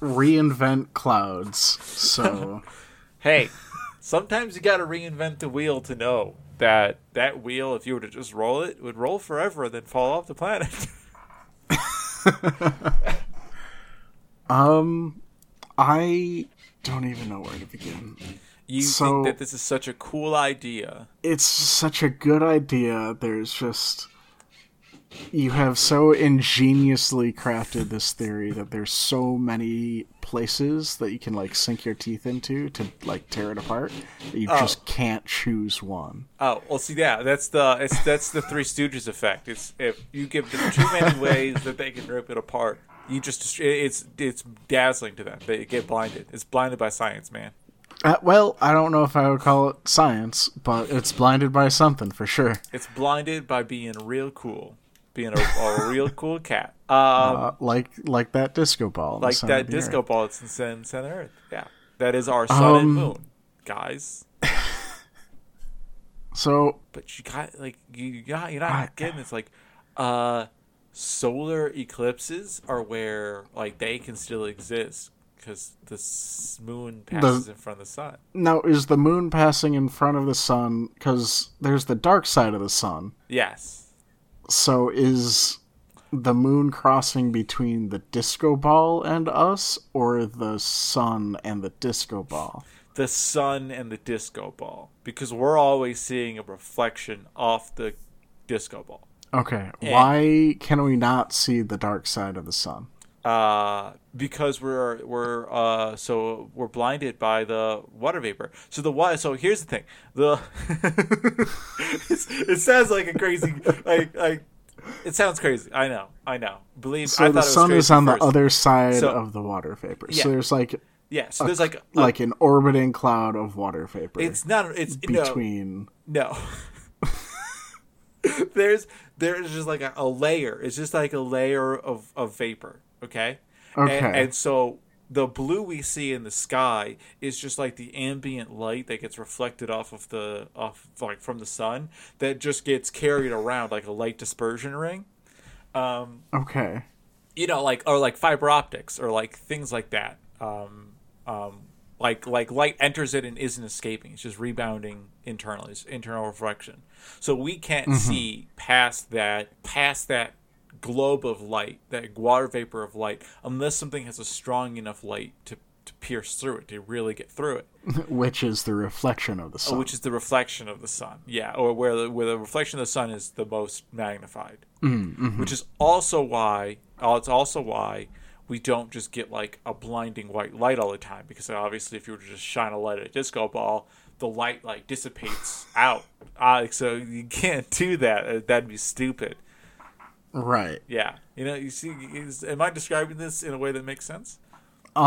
reinvent clouds, so
Hey, sometimes you got to reinvent the wheel to know that that wheel, if you were to just roll it, would roll forever and then fall off the planet.
um, I don't even know where to begin.
you
So-
think that this is such a cool idea?
It's such a good idea. There's just you have so ingeniously crafted this theory that there's so many places that you can like sink your teeth into to like tear it apart that you just can't choose one.
Oh, well, see, yeah, that's the it's that's the Three Stooges effect. It's if you give them too many ways that they can rip it apart, you just it's it's dazzling to them. They get blinded. It's blinded by science, man.
Uh, well, I don't know if I would call it science, but it's blinded by something for sure.
It's blinded by being real cool, being a, a real cool cat, um,
Uh, like like that disco ball, in the
like
center
that
of the
disco
Earth.
ball that's in Sen- center Earth. Yeah, that is our sun and
Um,
moon, guys.
So
But you got like you you're not, you're not getting this like uh solar eclipses are where like they can still exist because the s- moon passes in front of the sun.
now is the moon passing in front of the sun? Because there's the dark side of the sun.
Yes.
So is the moon crossing between the disco ball and us, or the sun and the disco ball?
The sun and the disco ball because we're always seeing a reflection off the disco ball.
Okay,
Eh.
why can we not see the dark side of the sun?
Uh, because we're we're uh so we're blinded by the water vapor. So the water. So here's the thing. The It's- it sounds like a crazy like like it sounds crazy. I know. I know. Believe. I
So
thought
the
it was
sun
crazy
is on
first.
the other side
So-
of the water vapor.
Yeah.
So there's like
Yeah. So there's like a-
uh, like an orbiting cloud of water vapor
It's not. It's no.
between.
No. there's there's just like a, a layer. It's just like a layer of, of vapor. Okay. And,
Okay.
and so the blue we see in the sky is just like the ambient light that gets reflected off of the off like from the sun that just gets carried around like a light dispersion ring
Okay.
you know, like or like fiber optics or like things like that. Um, um, like like light enters it and isn't escaping; it's just rebounding internally, it's internal reflection. So we can't see past that past that globe of light, that water vapor of light, unless something has a strong enough light to to pierce through it to really get through it
Which is the reflection of the sun.
Oh, which is the reflection of the sun. Yeah, or where the, where the reflection of the sun is the most magnified. Which is also why oh, it's also why we don't just get like a blinding white light all the time because obviously if you were to just shine a light at a disco ball, the light like dissipates out. Uh, so you can't do that. Uh, That'd be stupid.
right.
Yeah. You know, you see is, am I describing this in a way that makes sense?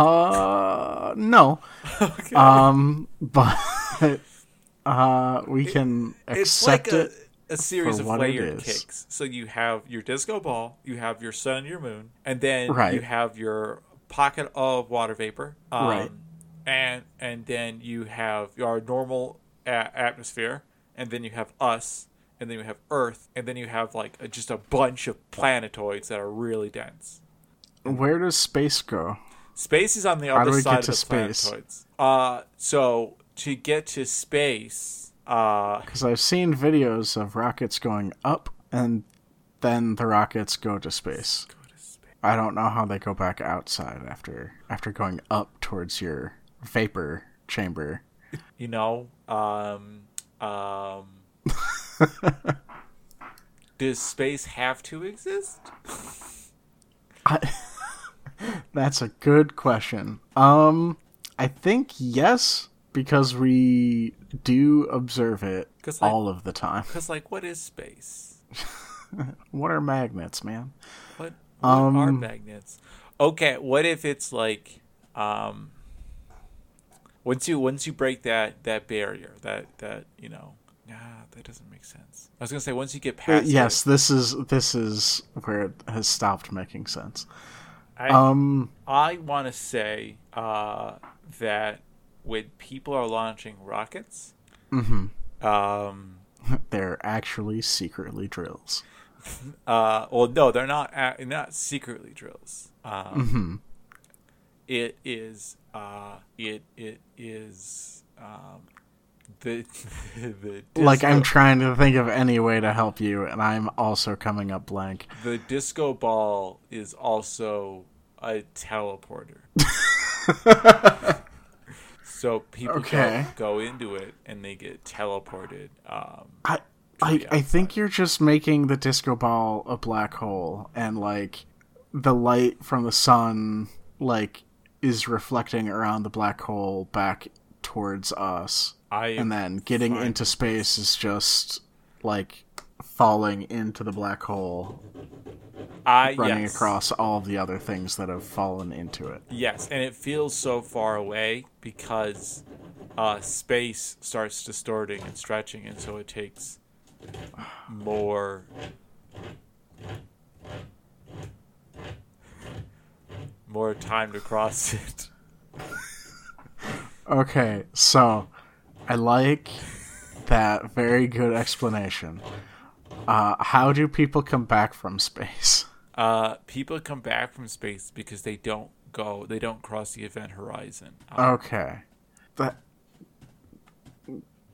Uh, no.
Okay.
Um, but uh, we can
it's
accept
like a,
it.
a series
for
of
what it
layered
is.
kicks. So you have your disco ball, you have your sun and your moon, and then
Right.
you have your pocket of water vapor, um,
Right.
And and then you have your normal a- atmosphere, and then you have us, and then you have Earth, and then you have like a, just a bunch of planetoids that are really dense.
Where does space go?
Space is on the
do
other
we
side
get
of
to
the
space?
planetoids. Uh, so to get to space, uh,
Because I've seen videos of rockets going up and then the rockets go to space. I don't know how they go back outside after after going up towards your vapor chamber.
you know, um, um, does space have to exist?
I, that's a good question. Um, I think yes, because we do observe it
'Cause, like-
all of the time.
Because like, what is space?
What are magnets, man?
What, what
Um,
are magnets? Okay, what if it's like um once you once you break that that barrier, that that, you know, ah, that doesn't make sense. I was going to say once you get past
Uh, yes, this is this is where it has stopped making sense.
I,
Um,
I want to say uh that when people are launching rockets,
Mm-hmm.
um
they're actually secretly drills.
uh well no, they're not ac- not secretly drills. Um
Mm. Mm-hmm.
it is uh it it is um the the disco,
Like I'm trying to think of any way to help you, and I'm also coming up blank.
the disco ball is also a teleporter so people
Okay.
go, go into it and they get teleported um
I I,
uh,
I think you're just making the disco ball a black hole, and like the light from the sun like is reflecting around the black hole back towards us,
I am
and then getting into space is just like falling into the black hole,
i
running
yes.
across all of the other things that have fallen into it.
Yes, and it feels so far away because uh, space starts distorting and stretching, and so it takes more. More time to cross it.
Okay, so I like that very good explanation. Uh, how do people come back from space?
Uh, people come back from space because they don't go, they don't cross the event horizon. Uh,
Okay, that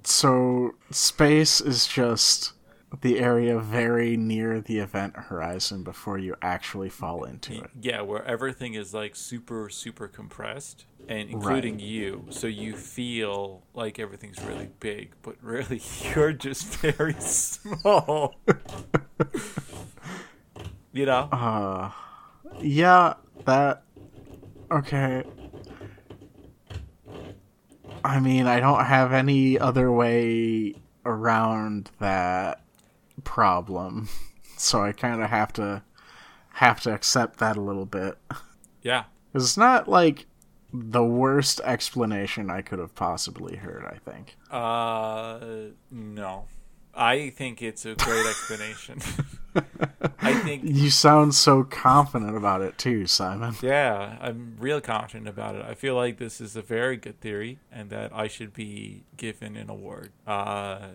so space is just the area very near the event horizon before you actually fall into it.
yeah, where everything is like super, super compressed, and including you. So you feel like everything's really big, but really you're just very small. you know?
Yeah, that. Okay. I mean, I don't have any other way around that problem, so I kind of have to have to accept that a little bit.
Yeah.
It's not like the worst explanation I could have possibly heard. I think.
Uh, no. I think it's a great explanation. I think,
You sound so confident about it too, Simon.
yeah, I'm real confident about it. I feel like this is a very good theory and that I should be given an award. Uh,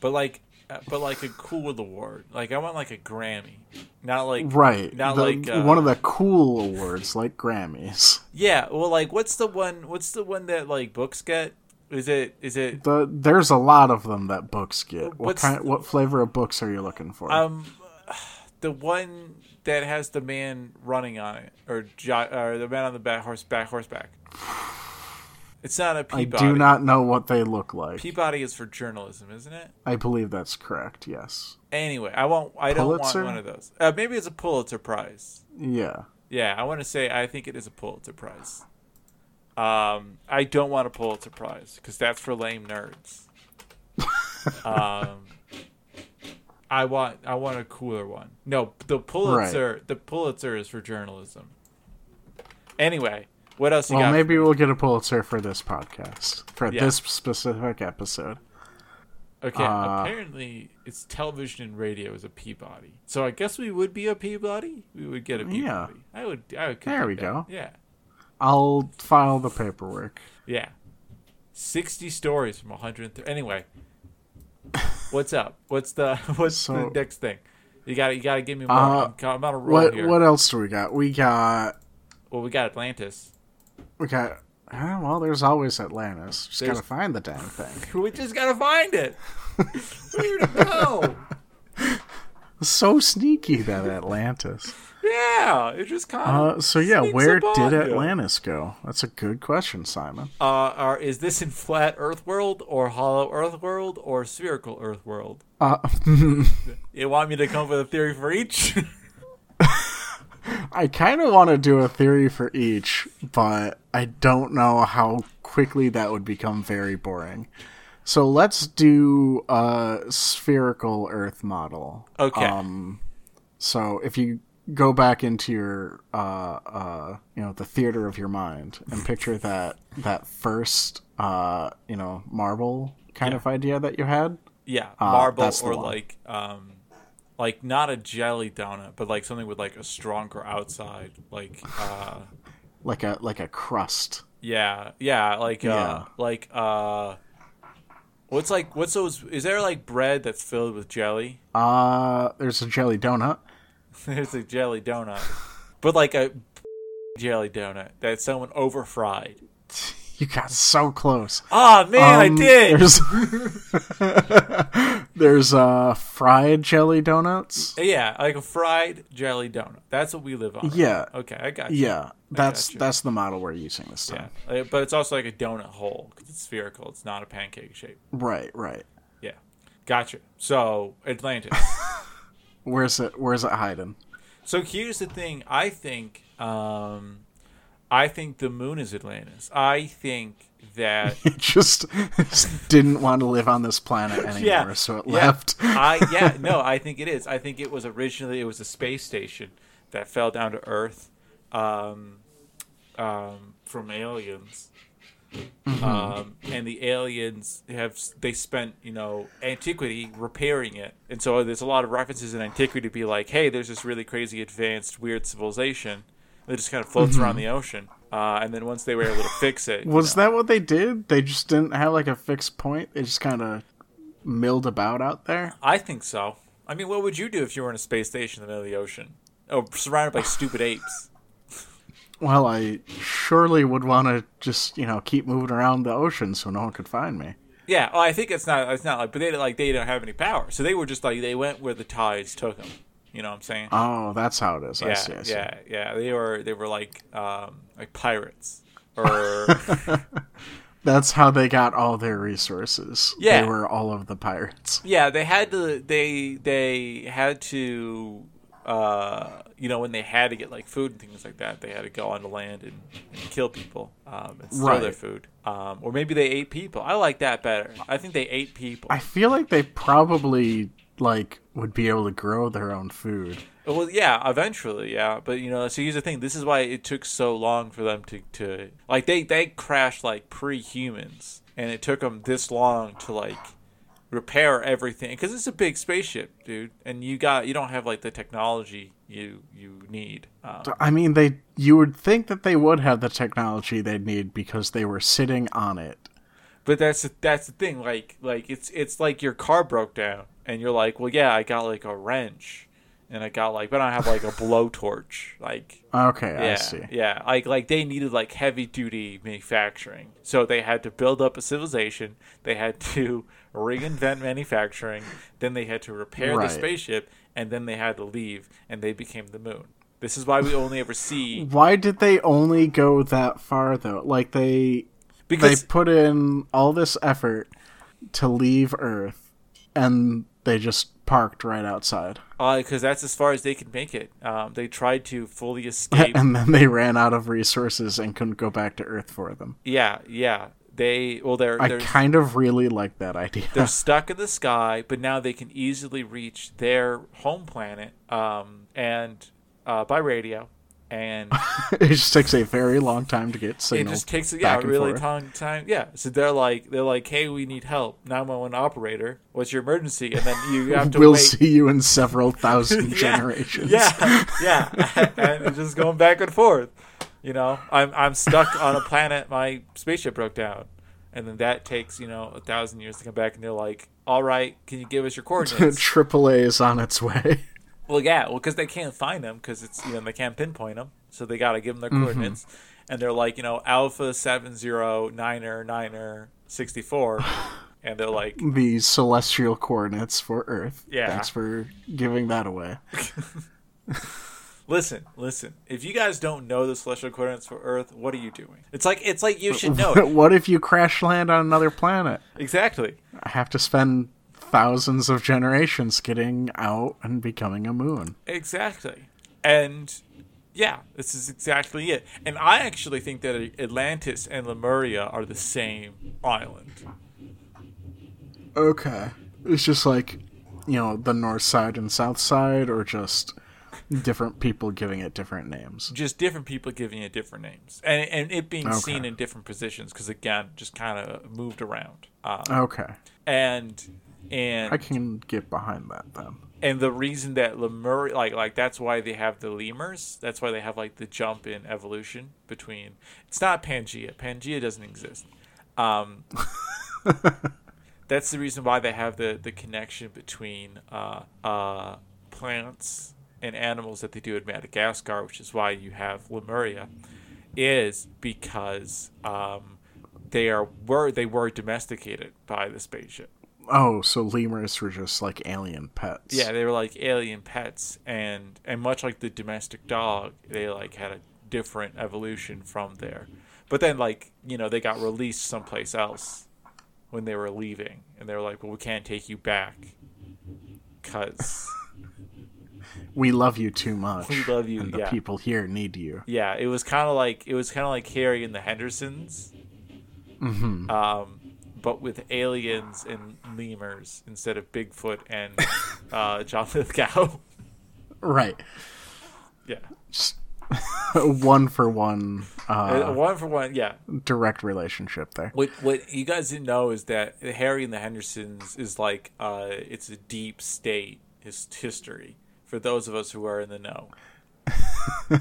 but like, uh, but like a cool award. Like I want like a Grammy, not like
Right.
Not
the-
like, uh,
one of the cool awards, like Grammys.
Yeah, well, like, what's the one? What's the one that like books get? Is it? Is it?
The, there's a lot of them that books get. What
What's-
kind? What flavor of books are you looking for?
Um, the one that has the man running on it, or jo- or the man on the back horse, back horseback. It's not a
I
Peabody.
do not know what they look like.
Peabody is for journalism, isn't it?
I believe that's correct. Yes.
Anyway, I won't. I don't want
Pulitzer?
one of those. Uh, maybe it's a Pulitzer Prize.
Yeah.
Yeah, I want to say I think it is a Pulitzer Prize. Um, I don't want a Pulitzer Prize because that's for lame nerds. um, I want I want a cooler one. No, the Pulitzer the Pulitzer is for journalism. Anyway, what else you
Well,
got?
maybe we'll get a Pulitzer for this podcast for
Yeah.
this specific episode.
okay,
uh,
apparently it's television and radio is a Peabody. So I guess we would be a Peabody. We would get a Peabody.
Yeah.
I would. I would.
There
consider
we go.
that. Yeah.
I'll file the paperwork.
Yeah. 60 stories from 130. Anyway. What's up? What's the what's
So-
the next thing? You got to you got to give me more.
Uh,
I'm, co- I'm on a roll
What
here.
What else do we got? We got
Well, we got Atlantis.
We got. Oh, well, there's always Atlantis. Just
There's-
gotta find the damn thing.
We just gotta find it. Where to go?
So sneaky that Atlantis.
Yeah, it just kind
Uh,
of.
so yeah,
Sneaks
where
up
did
on you.
Atlantis go? That's a good question, Simon.
Uh, are, is this in flat Earth world or hollow Earth world or spherical Earth world?
Uh,
You want me to come up with a theory for each?
I kind of want to do a theory for each, but I don't know how quickly that would become very boring. So let's do a spherical Earth model.
okay.
Um, So if you go back into your, uh, uh, you know, the theater of your mind and picture that that first, uh, you know, marble kind of idea that you had.
yeah, marble
uh, that's the
or
one.
like um, like not a jelly donut, but like something with like a stronger outside, like uh.
like a like a crust.
Yeah, yeah, like uh
Yeah.
like uh what's like what's those is there like bread that's filled with jelly?
Uh there's a jelly donut.
There's a jelly donut. But like a jelly donut that someone over fried.
You got so close.
Ah man,
Um,
I did.
There's there's uh fried jelly donuts.
Yeah, like a fried jelly donut. That's what we live on. right?
Yeah.
Okay, I got you.
Yeah, that's
gotcha.
that's the model we're using this
Yeah.
time.
Uh, But it's also like a donut hole 'cause it's spherical. It's not a pancake shape.
Right, right.
Yeah. Gotcha. So, Atlantis.
Where's it? Where's it hiding?
So here's the thing. I think, um, I think the moon is Atlantis. I think that
It just, just didn't want to live on this planet anymore,
Yeah,
so it
yeah.
left.
I yeah no. I think it is. I think it was originally it was a space station that fell down to Earth, um, um, from aliens. Um, and the aliens have they spent you know antiquity repairing it, and so there's a lot of references in antiquity to be like, hey, there's this really crazy advanced weird civilization that just kind of floats around the ocean, uh, and then once they were able to fix it, you
Was
know.
that what they did? They just didn't have like a fixed point. They just kind of milled about out there.
I think so. I mean, what would you do if you were in a space station in the middle of the ocean? Oh, surrounded by stupid apes.
Well, I surely would want to just, you know, keep moving around the ocean so no one could find me.
Yeah. Oh, I think it's not. It's not like, but they like they don't have any power, so they were just like they went where the tides took them. You know what I'm saying?
Oh, that's how it is. I see.
yeah,
I see.
yeah, yeah. They were they were like um like pirates or
That's how they got all their resources.
Yeah.
They were all of the pirates.
yeah. They had to they they had to uh you know when they had to get like food and things like that they had to go onto land and, and kill people um and steal their
Right.
food um or maybe they ate people. I like that better. I think they ate people.
I feel like they probably, like, would be able to grow their own food.
Well, yeah, eventually, yeah. But you know, so here's the thing. This is why it took so long for them to to like they they crashed like pre-humans, and it took them this long to like repair everything because it's a big spaceship, dude. And you got you don't have like the technology you you need. Um,
I mean, they you would think that they would have the technology they'd need because they were sitting on it.
but that's the, that's the thing. Like like it's it's like your car broke down, and you're like, well, yeah, I got like a wrench, and I got like, but I don't have like a blowtorch, like.
Okay, I
Yeah,
see.
yeah. Like like they needed like heavy duty manufacturing, so they had to build up a civilization. They had to reinvent manufacturing. Then they had to repair
Right.
the spaceship, and then they had to leave, and they became the moon. This is why we only ever see
Why did they only go that far though? Like they they
because
put in all this effort to leave Earth and they just parked right outside.
because uh, that's as far as they could make it. Um, they tried to fully escape.
And then they ran out of resources and couldn't go back to Earth for them.
yeah, yeah. They well, they're
I
they're
kind of really like that idea.
They're stuck in the sky, but now they can easily reach their home planet um, and uh, by radio, and
it just takes a very long time to get
it
signal.
just takes yeah
back and
really
forth.
long time. Yeah, so they're like they're like, hey, we need help. Nine one one operator, what's your emergency? And then you have to
We'll
wait.
see you in several thousand
Yeah,
generations.
Yeah, yeah, and it's just going back and forth. You know, I'm I'm stuck on a planet. My spaceship broke down, and then that takes you know a thousand years to come back, and they're like, all right, can you give us your coordinates?
AAA is on its way.
Well, yeah, well, because they can't find them because it's you know they can't pinpoint them, so they got to give them their coordinates, and they're like you know Alpha seven zero er niner niner sixty four, and they're like
The celestial coordinates for Earth.
Yeah.
Thanks for giving that away.
Listen, listen. If you guys don't know the celestial coordinates for Earth, what are you doing? It's like it's like you should know it.
what if you crash land on another planet?
exactly.
I have to spend thousands of generations getting out and becoming a moon.
Exactly. And yeah, this is exactly it. And I actually think that Atlantis and Lemuria are the same island.
Okay. It's just like, you know, the north side and south side, or just different people giving it different names.
Just different people giving it different names. And and it being
Okay.
seen in different positions because again, just kind of moved around. Uh,
Okay.
and and
I can get behind that then.
and the reason that Lemuria, like like that's why they have the lemurs. That's why they have like the jump in evolution between. It's not Pangea. Pangea doesn't exist. Um, that's the reason why they have the the connection between uh, uh, plants and animals that they do in Madagascar, which is why you have Lemuria, is because um, they are were they were domesticated by the spaceship.
Oh, so lemurs were just like alien pets.
Yeah, they were like alien pets, and and much like the domestic dog, they like had a different evolution from there. But then, like you know, they got released someplace else when they were leaving, and they were like, "Well, we can't take you back because
We love you too much.
We love you,
And the
yeah.
people here need you.
yeah." It was kind of like it was kind of like Harry and the Hendersons, um, but with aliens and lemurs instead of Bigfoot and uh, John Lithgow.
Right.
yeah,
one for one uh,
Uh, one for one. Yeah,
direct relationship there.
What what you guys didn't know is that Harry and the Hendersons is like uh, it's a deep state his history for those of us who are in the know. uh,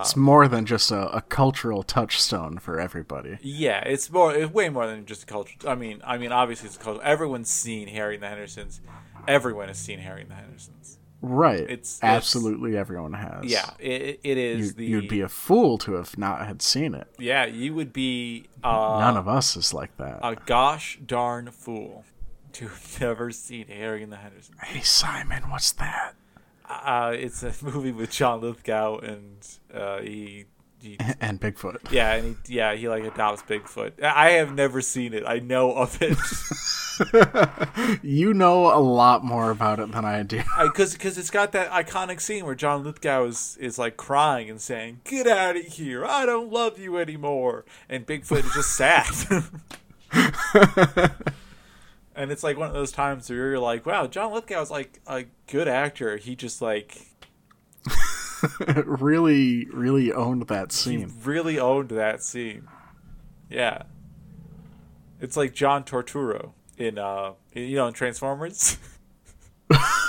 it's more than just a, a cultural touchstone for everybody.
Yeah, it's more it's way more than just a cultural. I mean, I mean, obviously it's a cultural. Everyone's seen Harry and the Hendersons. Everyone has seen Harry and the Hendersons.
Right.
It's-
absolutely everyone has.
Yeah, it, it
You,
is the
would be a fool to have not had seen it.
yeah you would be uh,
None of us is like that.
a gosh darn fool to have never seen Harry and the Hendersons.
hey Simon, what's that?
Uh, it's a movie with John Lithgow and uh, he he
And Bigfoot.
Yeah, and he, yeah, he like adopts Bigfoot. I have never seen it. I know of it
You know a lot more about it than I do.
because because it's got that iconic scene where John Lithgow is is like crying and saying, "Get out of here! I don't love you anymore." And Bigfoot is just sad. and it's like one of those times where you're like, "Wow, John Lithgow is like a good actor. He just like
really, really owned that
he
scene.
really owned that scene. Yeah. It's like John Torturo in uh you know in Transformers.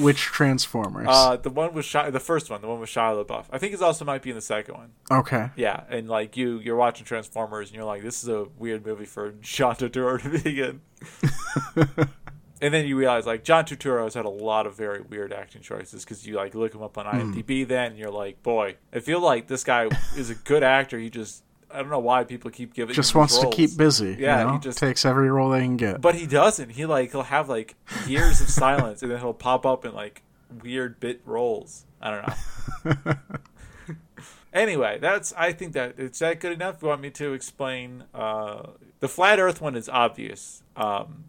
Which Transformers?
Uh, the one with Shia, the first one, the one with Shia LaBeouf. I think it also might be in the second one.
okay.
Yeah, and like you, you're watching Transformers, and you're like, this is a weird movie for John Turturro to be in. and then you realize like John Turturro has had a lot of very weird acting choices because you like look him up on
Hmm.
IMDb, then and you're like, boy, I feel like this guy is a good actor. He just I don't know why people keep giving
Just
him
wants
these roles.
to keep busy.
Yeah,
you know?
he just-
takes every role they can get.
But he doesn't. He like he'll have like years of silence, and then he'll pop up in like weird bit roles. I don't know. anyway, that's I think that is that good enough. You want me to explain? Uh, the flat Earth one is obvious. Um,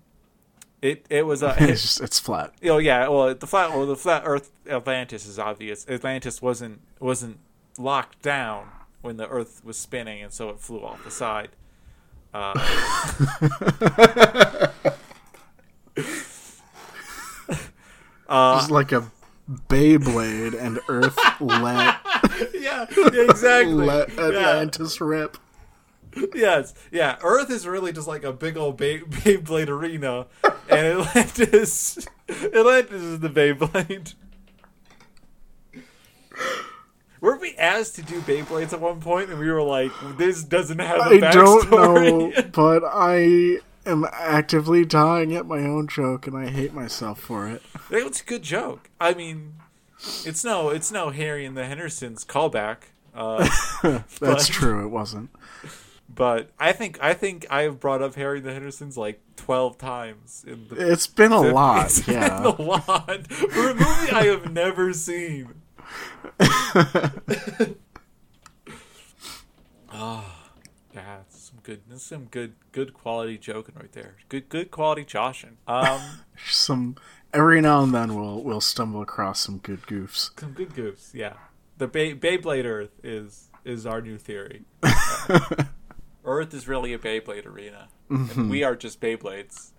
it it was a.
it's just it's flat.
Oh yeah, well the flat well the flat Earth Atlantis is obvious. Atlantis wasn't wasn't locked down when the Earth was spinning, and so it flew off the side. Uh, Uh,
It's like a Beyblade and Earth let
yeah, exactly.
let
Yeah.
Atlantis rip.
Yes, yeah. Earth is really just like a big old Bey- Beyblade arena, and Atlantis, Atlantis is the Beyblade. Were we asked to do Beyblades at one point, and we were like, "This doesn't have a
I don't
backstory."
know, but I am actively dying at my own joke, and I hate myself for it.
It's a good joke. I mean, it's no, it's no Harry and the Hendersons callback. Uh,
That's true. It wasn't.
but I think I think I have brought up Harry and the Hendersons like twelve times in the
It's been a lot.
It's been
yeah.
a lot for a movie I have never seen. Ah, yeah, some good, that's some good, good quality joking right there. Good, good quality joshing. Um,
Some every now and then we'll we'll stumble across some good goofs.
some good goofs. Yeah, the Bay, Beyblade Earth is is our new theory. Earth is really a Beyblade arena,
Mm-hmm.
and we are just Beyblades.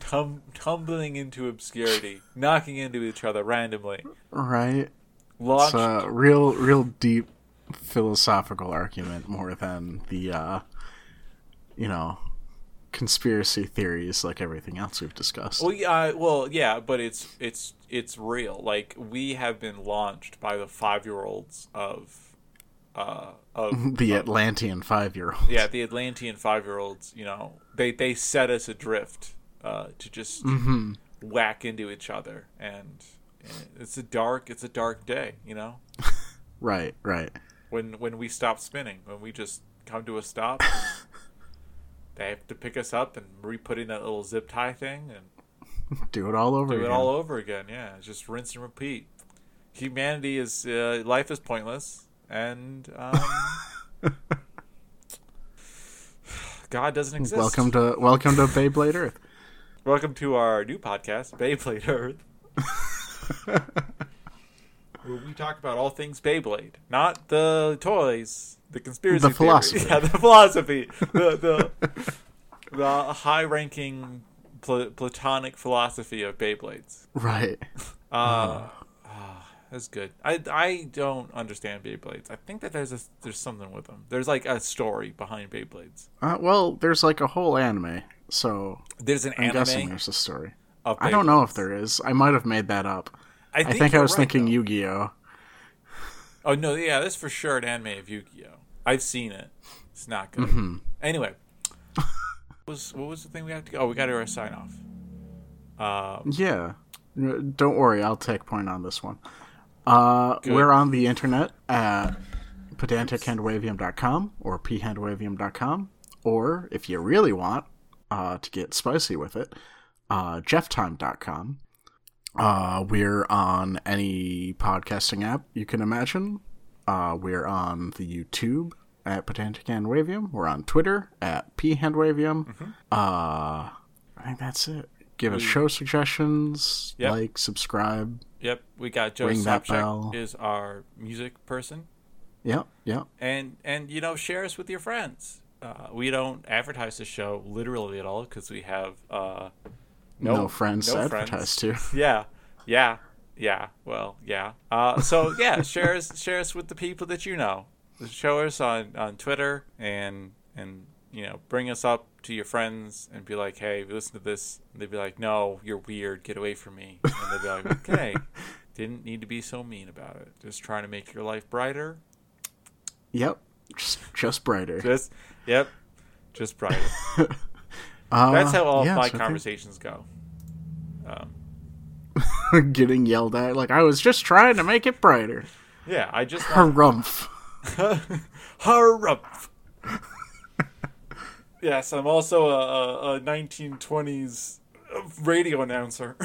Tum- tumbling into obscurity, knocking into each other randomly,
Right? It's
launched
a real real deep philosophical argument more than the uh you know conspiracy theories like everything else we've discussed.
Well, yeah, uh, well, yeah, but it's it's it's real. Like we have been launched by the five year olds of, uh, of
the Atlantean five year old.
yeah, the Atlantean five year olds. You know, they they set us adrift uh, to just
Mm. Mm-hmm.
whack into each other, and, and it's a dark it's a dark day. You know,
Right, right.
when when we stop spinning, when we just come to a stop. They have to pick us up and re-put in that little zip tie thing, and
Do it all
do
over
it
again.
all over again. Yeah, just rinse and repeat. Humanity is uh, life is pointless, and um, God doesn't exist.
welcome to welcome to Beyblade Earth.
welcome to our new podcast, Beyblade Earth, where we talk about all things Beyblade, not the toys, the conspiracy,
The
theory.
philosophy.
yeah, the philosophy, the the, the high ranking pl- platonic philosophy of Beyblades.
Right.
Uh,
Uh-huh.
ah, that's good. I I don't understand Beyblades. I think that there's a there's something with them. There's like a story behind Beyblades.
Uh, well, there's like a whole anime, so
There's an
I'm guessing
anime
there's a story.
of
I don't know if
Beyblades.
there is. I might have made that up. I think I,
you're
was
right,
thinking
though.
Yu-Gi-Oh.
Oh no, yeah, that's for sure an anime of Yu-Gi-Oh. I've seen it. It's not good.
Mm-hmm.
Anyway, what was what was the thing we have to? Oh, we got to do our sign off. Uh,
Yeah. N- Don't worry, I'll take point on this one. Uh, we're on the internet at pedantichandwavium.com or phandwavium.com, or if you really want uh, to get spicy with it, uh, jefftime.com. Uh, we're on any podcasting app you can imagine. Uh, we're on the YouTube at Pedantic Handwavium. We're on Twitter at phandwavium. Uh, I think that's it. Give us show suggestions,
Mm. Yep.
like, subscribe.
yep, we got Joe
Ring that bell.
Sapchak is our music person.
Yep, yep.
and and you know share us with your friends uh, we don't advertise the show literally at all because we have uh,
No, friends
no
to
friends.
advertise to.
yeah yeah yeah well yeah uh, so yeah share us share us with the people that you know show us on on twitter and and you know bring us up to your friends and be like hey listen to this and they'd be like no you're weird get away from me and they'd be like okay didn't need to be so mean about it just trying to make your life brighter
Yep, just, just brighter.
Just yep, just brighter. That's how all
Uh, yeah,
my
so I think-
conversations go. Um,
Getting yelled at like I was just trying to make it brighter.
yeah, I just want
Harumph.
Harumph. yes, I'm also a, a, a 1920s radio announcer.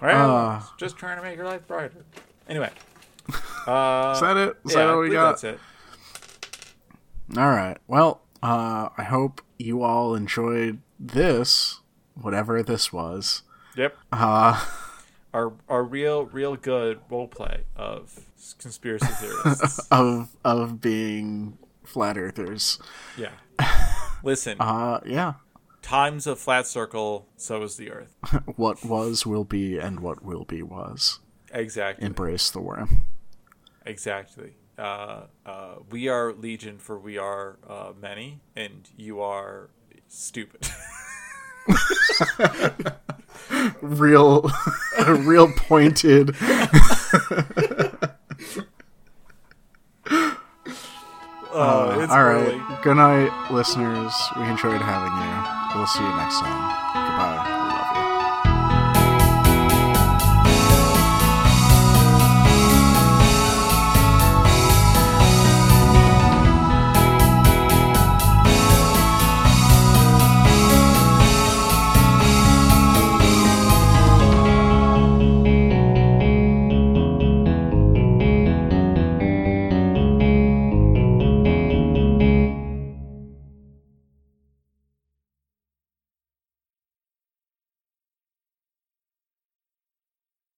well,
Uh.
just trying to make your life brighter. Anyway, uh,
Is that it? Is
yeah,
that
I
all we
believe
got?
That's it.
All right. Well, uh, I hope you all enjoyed this, whatever this was.
Yep. Uh our our real real good role play of s- conspiracy theorists.
of of being flat earthers.
yeah. Listen,
Uh yeah.
time's a flat circle, so is the earth.
What was will be and what will be was.
Exactly.
Embrace the worm.
Exactly. Uh, uh, we are legion for we are uh, many, and you are stupid.
Real real pointed.
Uh, it's early.
All Oh,
Uh,
right. Good night, listeners. We enjoyed having you. We'll see you next time. Goodbye.